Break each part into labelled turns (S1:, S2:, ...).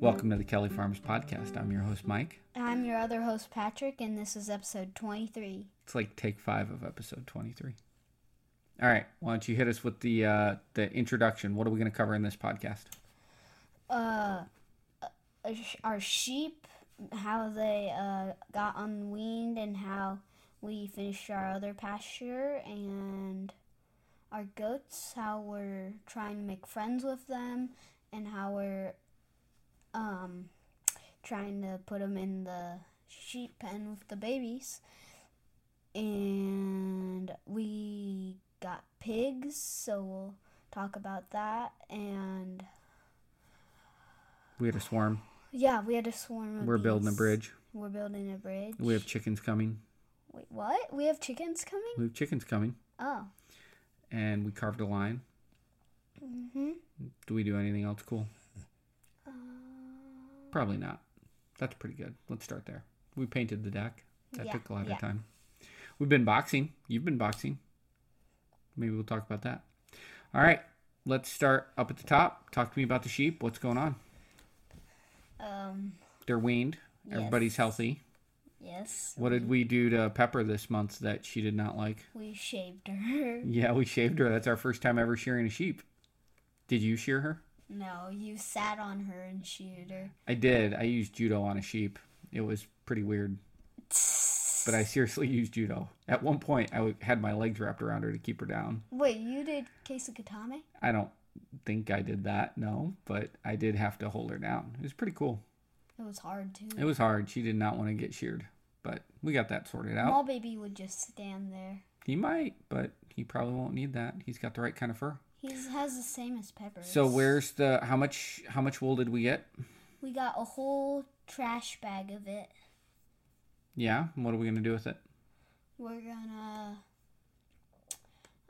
S1: Welcome to the Kelly Farms Podcast. I'm your host, Mike.
S2: I'm your other host, Patrick, and this is episode 23.
S1: It's like take five of episode 23. All right, why don't you hit us with the uh, the introduction? What are we going to cover in this podcast?
S2: Uh, uh, sh- our sheep, how they uh, got unweaned, and how we finished our other pasture, and our goats, how we're trying to make friends with them, and how we're um, trying to put them in the sheep pen with the babies. And we got pigs, so we'll talk about that. And
S1: We had a swarm.
S2: yeah, we had a swarm of
S1: We're building a
S2: bees.
S1: bridge.
S2: We're building a bridge.
S1: We have chickens coming.
S2: Wait, what? We have chickens coming?
S1: We have chickens coming,
S2: Oh.
S1: and we carved a lion.
S2: Mm-hmm.
S1: Do we do anything else cool?
S2: Um,
S1: Probably not. That's pretty good. Let's start there. We painted the deck. That
S2: Yeah,
S1: took a lot
S2: yeah.
S1: of time. We've been boxing. You've been boxing. Maybe we'll talk about that. All right. Let's start up at the top. Talk to me about the sheep. What's going on?
S2: Um,
S1: They're weaned. Everybody's
S2: Yes.
S1: healthy.
S2: yes.
S1: What did we do to Pepper this month that she did not like?
S2: We shaved her.
S1: Yeah, we shaved her. That's our first time ever shearing a sheep. Did you shear her?
S2: No, you sat on her and shoot her.
S1: I did. I used judo on a sheep. It was pretty weird. But I seriously used judo. At one point, I w- had my legs wrapped around her to keep her down.
S2: Wait, you did Kesukatame?
S1: I don't think I did that, no, but I did have to hold her down. It was pretty cool.
S2: It was hard too.
S1: It was hard. She did not want to get sheared, but we got that sorted out.
S2: Small baby would just stand there.
S1: He might, but he probably won't need that. He's got the right kind of fur.
S2: He has the same as Pepper.
S1: So where's the how much how much wool did we get?
S2: we got a whole trash bag of it.
S1: Yeah, and what are we gonna do with it?
S2: We're gonna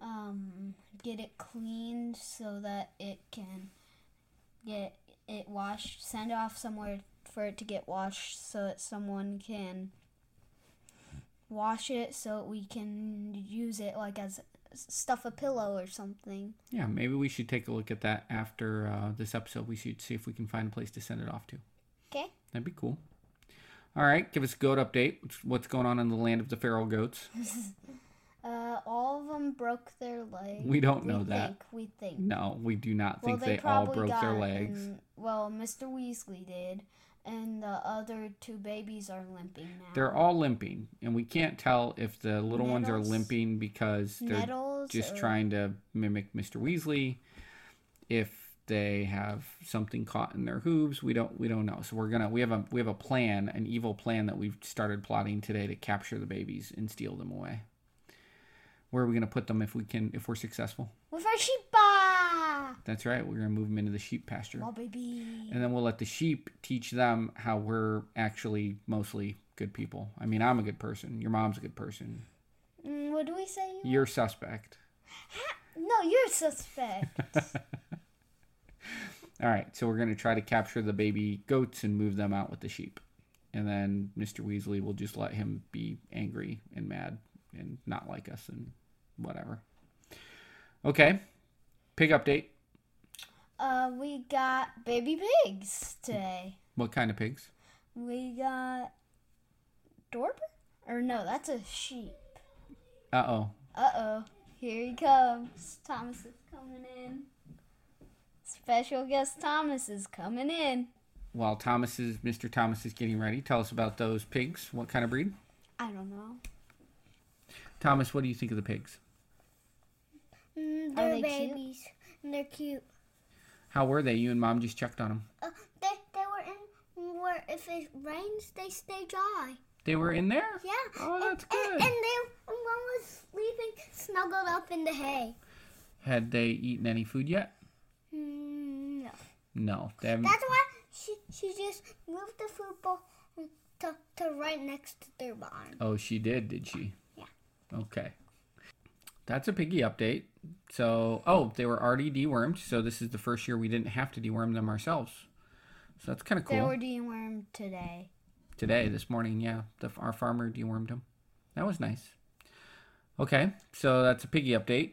S2: um get it cleaned so that it can get it washed. Send it off somewhere for it to get washed so that someone can wash it so we can use it like as stuff a pillow or something.
S1: Yeah, maybe we should take a look at that after uh, this episode. We should see if we can find a place to send it off to.
S2: Okay.
S1: That'd be cool. All right, give us a goat update. What's- What's going on in the land of the feral goats?
S2: Uh, all of them broke their legs.
S1: We don't know that.
S2: Think, we think.
S1: No, we do not
S2: Well,
S1: think they, all broke their legs.
S2: in- well, Mr. Weasley did, and the other two babies are limping now.
S1: They're all limping, and we can't tell if the little ones are
S2: Nettles?
S1: limping because they're
S2: nettles.
S1: just
S2: or-
S1: trying to mimic Mr. Weasley. If they have something caught in their hooves, we don't we don't know. So we're gonna we have a we have a plan, an evil plan that we've started plotting today to capture the babies and steal them away. Where are we gonna put them if we can if we're successful?
S2: with our sheepa.
S1: That's right. We're gonna move them into the sheep pasture.
S2: Well, baby.
S1: and then we'll let the sheep teach them how we're actually mostly good people. I mean, I'm a good person. Your mom's a good person.
S2: Mm, what do we say? You?
S1: You're suspect.
S2: No, you're a suspect.
S1: All right, so we're going to try to capture the baby goats and move them out with the sheep. And then Mr. Weasley will just let him be angry and mad and not like us and whatever. Okay, pig update.
S2: uh, we got baby pigs today.
S1: What kind of pigs?
S2: We got Dorper, or no, that's a sheep.
S1: Uh oh.
S2: Uh oh, here he comes. Thomas is coming in. Special guest Thomas is coming in.
S1: While Thomas is, Mr. Thomas is getting ready, tell us about those pigs. What kind of breed?
S2: I don't know.
S1: Thomas, what do you think of the pigs?
S3: Mm,
S2: Are they
S3: they're
S2: cute?
S3: babies. And they're cute.
S1: How were they? You and mom just checked on them.
S3: Uh, they they were in where if it rains they stay dry.
S1: They were in there?
S3: Yeah.
S1: Oh, that's
S3: And,
S1: good.
S3: and they and one was sleeping snuggled up in the hay.
S1: Had they eaten any food yet?
S3: Mm, no.
S1: No. They haven't.
S3: That's why she she just moved the food bowl to, to right next to their barn.
S1: Oh, she did, did she?
S3: Yeah.
S1: Okay. That's a piggy update. So, oh, they were already dewormed. So, this is the first year we didn't have to deworm them ourselves. So, that's kind of
S2: They
S1: cool.
S2: were dewormed today.
S1: Today, this morning, yeah, the, our farmer dewormed them. That was nice. Okay. So, that's a piggy update.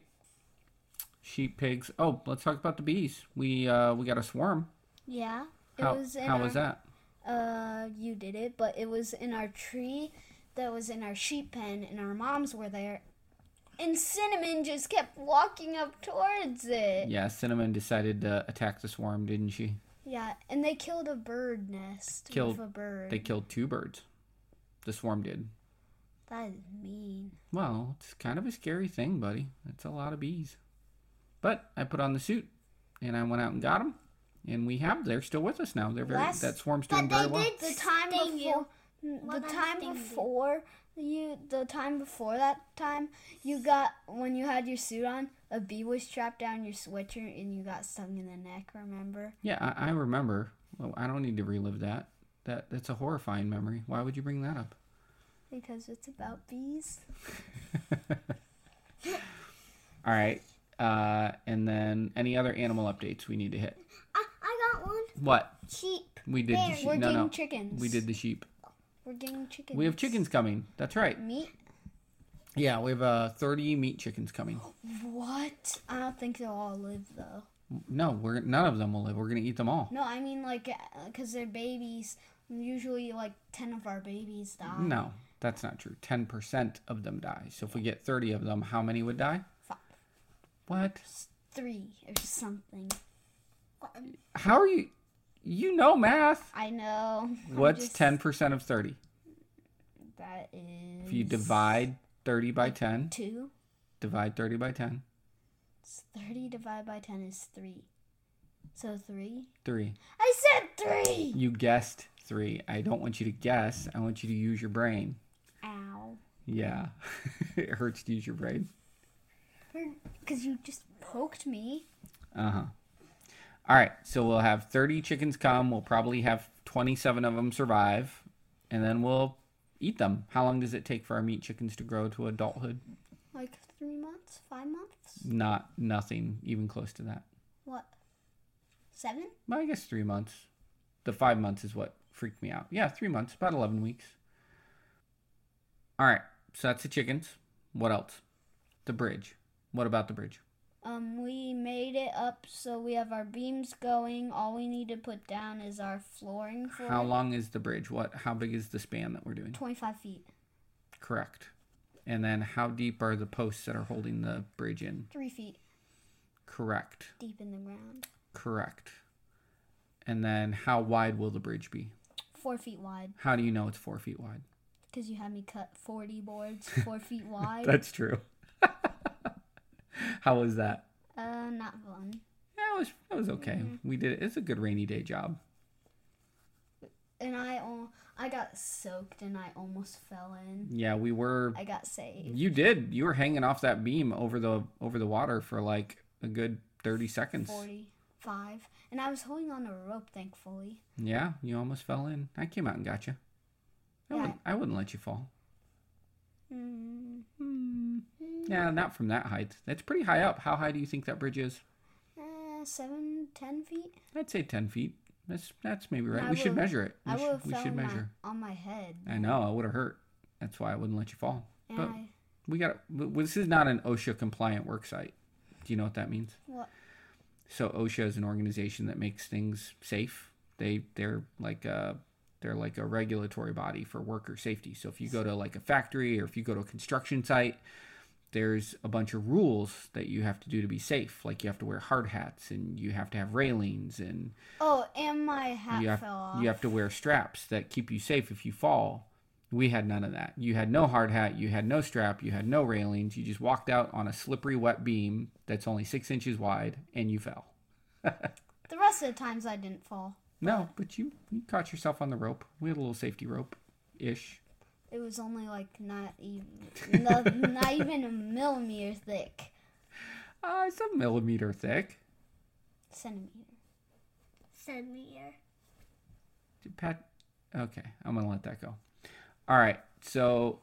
S1: Sheep, pigs. Oh, let's talk about the bees. We uh, we got a swarm.
S2: Yeah. It
S1: how
S2: was in
S1: how
S2: our,
S1: was that?
S2: Uh, you did it, but it was in our tree that was in our sheep pen, and our moms were there. And Cinnamon just kept walking up towards it.
S1: Yeah, Cinnamon decided to attack the swarm, didn't she?
S2: Yeah, and they killed a bird nest
S1: Killed-
S2: with a bird.
S1: They killed two birds. The swarm did.
S2: that is mean.
S1: Well, it's kind of a scary thing, buddy. It's a lot of bees. But I put on the suit and I went out and got them. And we have, they're still with us now. They're very,
S2: Last-
S1: that swarm's
S3: But
S1: doing
S3: they
S1: very well.
S3: did
S2: The time
S3: sting you.
S2: before,
S3: Well,
S2: the
S3: that
S2: time
S3: sting you.
S2: before you, the time before that time, you got when you had your suit on, a bee was trapped down your sweater and you got stung in the neck. Remember?
S1: Yeah, I, I remember. Well, I don't need to relive that. That That's a horrifying memory. Why would you bring that up?
S2: Because it's about bees.
S1: All right. Uh, and then any other animal updates we need to hit?
S3: I, I got one.
S1: What?
S3: Sheep.
S1: We did the
S3: Bear.
S1: sheep.
S2: We're
S1: No,
S2: getting
S1: no.
S2: chickens.
S1: We did the sheep.
S2: We're getting chickens.
S1: We have chickens coming. That's right.
S2: Meat?
S1: Yeah, we have uh, 30 meat chickens coming.
S2: What? I don't think they'll all live though.
S1: No, we're none of them will live. We're gonna eat them all.
S2: No, I mean like because they're babies. Usually, like ten of our babies die.
S1: No, that's not true. Ten percent of them die. So if we get thirty of them, how many would die?
S2: Five.
S1: What?
S2: three or something.
S1: How are you? You know math.
S2: I know. I'm
S1: What's
S2: just-
S1: ten percent of thirty?
S2: That is.
S1: If you divide thirty by ten,
S2: two,
S1: divide thirty by ten,
S2: it's thirty divided by ten is three. So three.
S1: three.
S2: I said three.
S1: You guessed three. I don't want you to guess. I want you to use your brain.
S2: Ow.
S1: Yeah, it hurts to use your brain.
S2: Because you just poked me.
S1: Uh huh. All right. So we'll have 30 chickens come. We'll probably have 27 of them survive, and then we'll eat them. How long does it take for our meat chickens to grow to adulthood?
S2: Like three months, five months.
S1: Not nothing even close to that.
S2: What? Seven?
S1: Well, I guess three months. The five months is what freaked me out. Yeah, three months, about 11 weeks. All right. So that's the chickens. What else? The bridge. What about the bridge?
S2: Um, we made it up, so we have our beams going. All we need to put down is our flooring for
S1: How
S2: it.
S1: long is the bridge? What? How big is the span that we're doing?
S2: Twenty-five feet.
S1: Correct. And then how deep are the posts that are holding the bridge in?
S2: Three feet
S1: Correct.
S2: deep in the ground.
S1: Correct. And then how wide will the bridge be?
S2: Four feet wide.
S1: How do you know it's four feet wide?
S2: Because you had me cut 40 boards four feet wide.
S1: That's true. how was that?
S2: Uh, not fun.
S1: Yeah, it was it was okay. We did it. It's a good rainy day job.
S2: And I, al- I got soaked and I almost fell in.
S1: Yeah, we were
S2: I got saved.
S1: you did. You were hanging off that beam over the over the water for like a good 30 seconds.
S2: 45. And I was holding on to a rope, thankfully.
S1: Yeah, you almost fell in. I came out and got you. I,
S2: Yeah.
S1: wouldn't, I wouldn't let you fall.
S2: Mm,
S1: Hmm. Yeah, not from that height. That's pretty high up. How high do you think that bridge is?
S2: uh, seven, ten feet?
S1: I'd say ten feet. That's that's maybe right.
S2: I
S1: we should
S2: would've-
S1: measure it. We,
S2: I
S1: sh-
S2: would have
S1: we
S2: fell
S1: should
S2: on my,
S1: measure.
S2: on my head.
S1: I know. It would have hurt. That's why I wouldn't let you fall.
S2: And
S1: But
S2: I,
S1: we got. This is not an OSHA compliant work site. Do you know what that means?
S2: what?
S1: So OSHA is an organization that makes things safe. They they're like a they're like a regulatory body for worker safety. So if you go to like a factory or if you go to a construction site, there's a bunch of rules that you have to do to be safe. Like you have to wear hard hats and you have to have railings and
S2: Oh, and my hat
S1: you have,
S2: fell off.
S1: you have to wear straps that keep you safe if you fall. We had none of that. You had no hard hat, you had no strap, you had no railings. You just walked out on a slippery wet beam that's only six inches wide and you fell.
S2: The rest of the times I didn't fall.
S1: No, but you, you caught yourself on the rope. We had a little safety rope ish.
S2: It was only like not even not, not even a millimeter thick.
S1: Uh, it's a millimeter thick.
S2: Centimeter.
S3: Send me here.
S1: Pat, okay, I'm gonna let that go. All right, so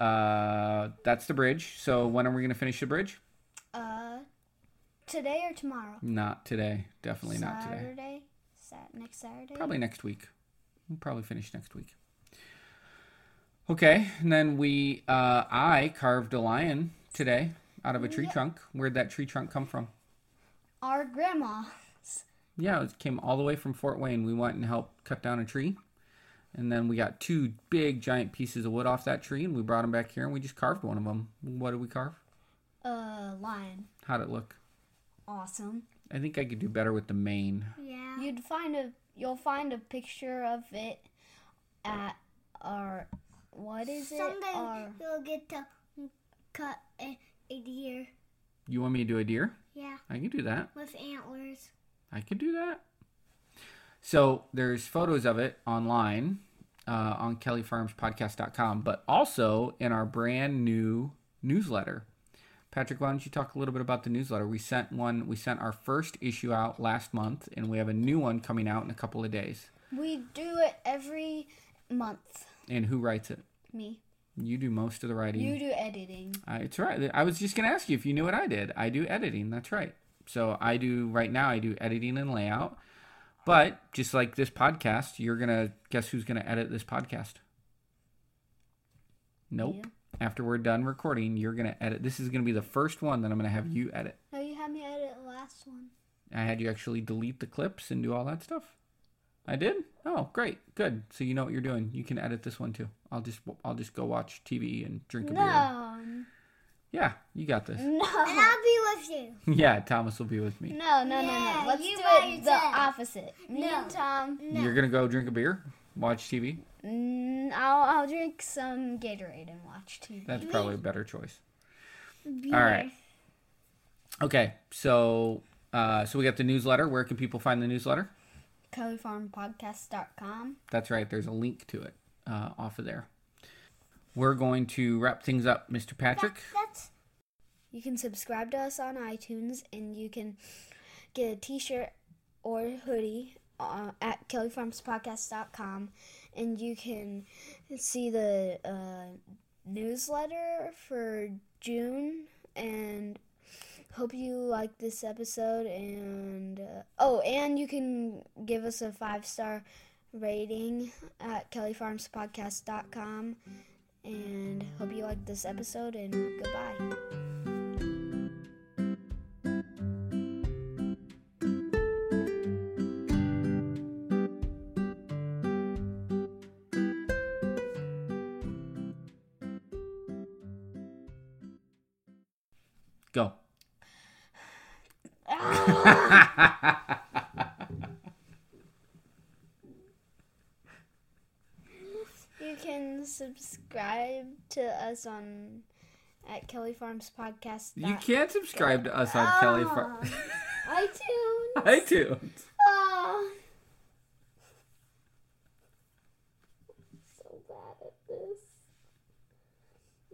S1: uh, that's the bridge. So when are we gonna finish the bridge?
S2: Uh, today or tomorrow?
S1: Not today. Definitely not today.
S2: Saturday. Sat next Saturday.
S1: Probably next week. We'll probably finish next week. Okay, and then we, uh, I carved a lion today out of a tree trunk. Where'd that tree trunk come from?
S2: Our grandma.
S1: yeah, it came all the way from Fort Wayne. We went and helped cut down a tree. And then we got two big giant pieces of wood off that tree and we brought them back here and we just carved one of them. What did we carve?
S2: Uh, lion.
S1: How'd it look?
S2: Awesome.
S1: I think I could do better with the mane.
S3: Yeah.
S2: You'd find a you'll find a picture of it at our what is
S3: Someday
S2: it? Our
S3: you'll get to cut a, a deer.
S1: You want me to do a deer?
S3: Yeah,
S1: I can do that.
S3: with antlers.
S1: I could do that. So there's photos of it online uh, on kellyfarmspodcast.com, but also in our brand new newsletter. Patrick, why don't you talk a little bit about the newsletter? We sent one. We sent our first issue out last month, and we have a new one coming out in a couple of days.
S2: we do it every month.
S1: And who writes it?
S2: Me.
S1: You do most of the writing.
S2: You do editing.
S1: Uh, it's right. I was just gonna ask you if you knew what I did. I do editing. That's right. So I do right now. I do editing and layout. But just like this podcast, you're gonna guess who's gonna edit this podcast? Nope.
S2: You.
S1: After we're done recording, you're gonna edit. This is gonna be the first one that I'm gonna have you edit.
S3: No, you had me edit the last one.
S1: I had you actually delete the clips and do all that stuff. I did. Oh, great, good. So you know what you're doing. You can edit this one too. I'll just I'll just go watch TV and drink a beer.
S2: No.
S1: Yeah, you got this.
S3: And
S2: No.
S3: I'll be with you.
S1: Yeah, Thomas will be with me.
S2: No, no, no, no.
S3: Yeah,
S2: Let's
S3: you
S2: do
S3: by
S2: it the
S3: yourself.
S2: opposite. Me
S3: No.
S2: and Tom.
S1: You're gonna go drink a beer, watch TV.
S2: Mm, I'll, I'll drink some Gatorade and watch TV.
S1: That's probably a better choice. All right. Okay, so uh, so we got the newsletter. Where can people find the newsletter?
S2: CollyFarmPodcast.com.
S1: That's right. There's a link to it uh, off of there. We're going to wrap things up, Mr. Patrick.
S3: That's
S2: You can subscribe to us on iTunes and you can get a t shirt or hoodie uh, at kellyfarmspodcast.com and you can see the uh, newsletter for June and hope you like this episode and uh, oh and you can give us a five star rating at kellyfarmspodcast.com and hope you like this episode and goodbye
S1: Go.
S2: You can subscribe to us on at Kelly Farms Podcast.
S1: You can't subscribe to us on Kelly Far-
S2: iTunes.
S1: iTunes.
S2: Oh. So bad at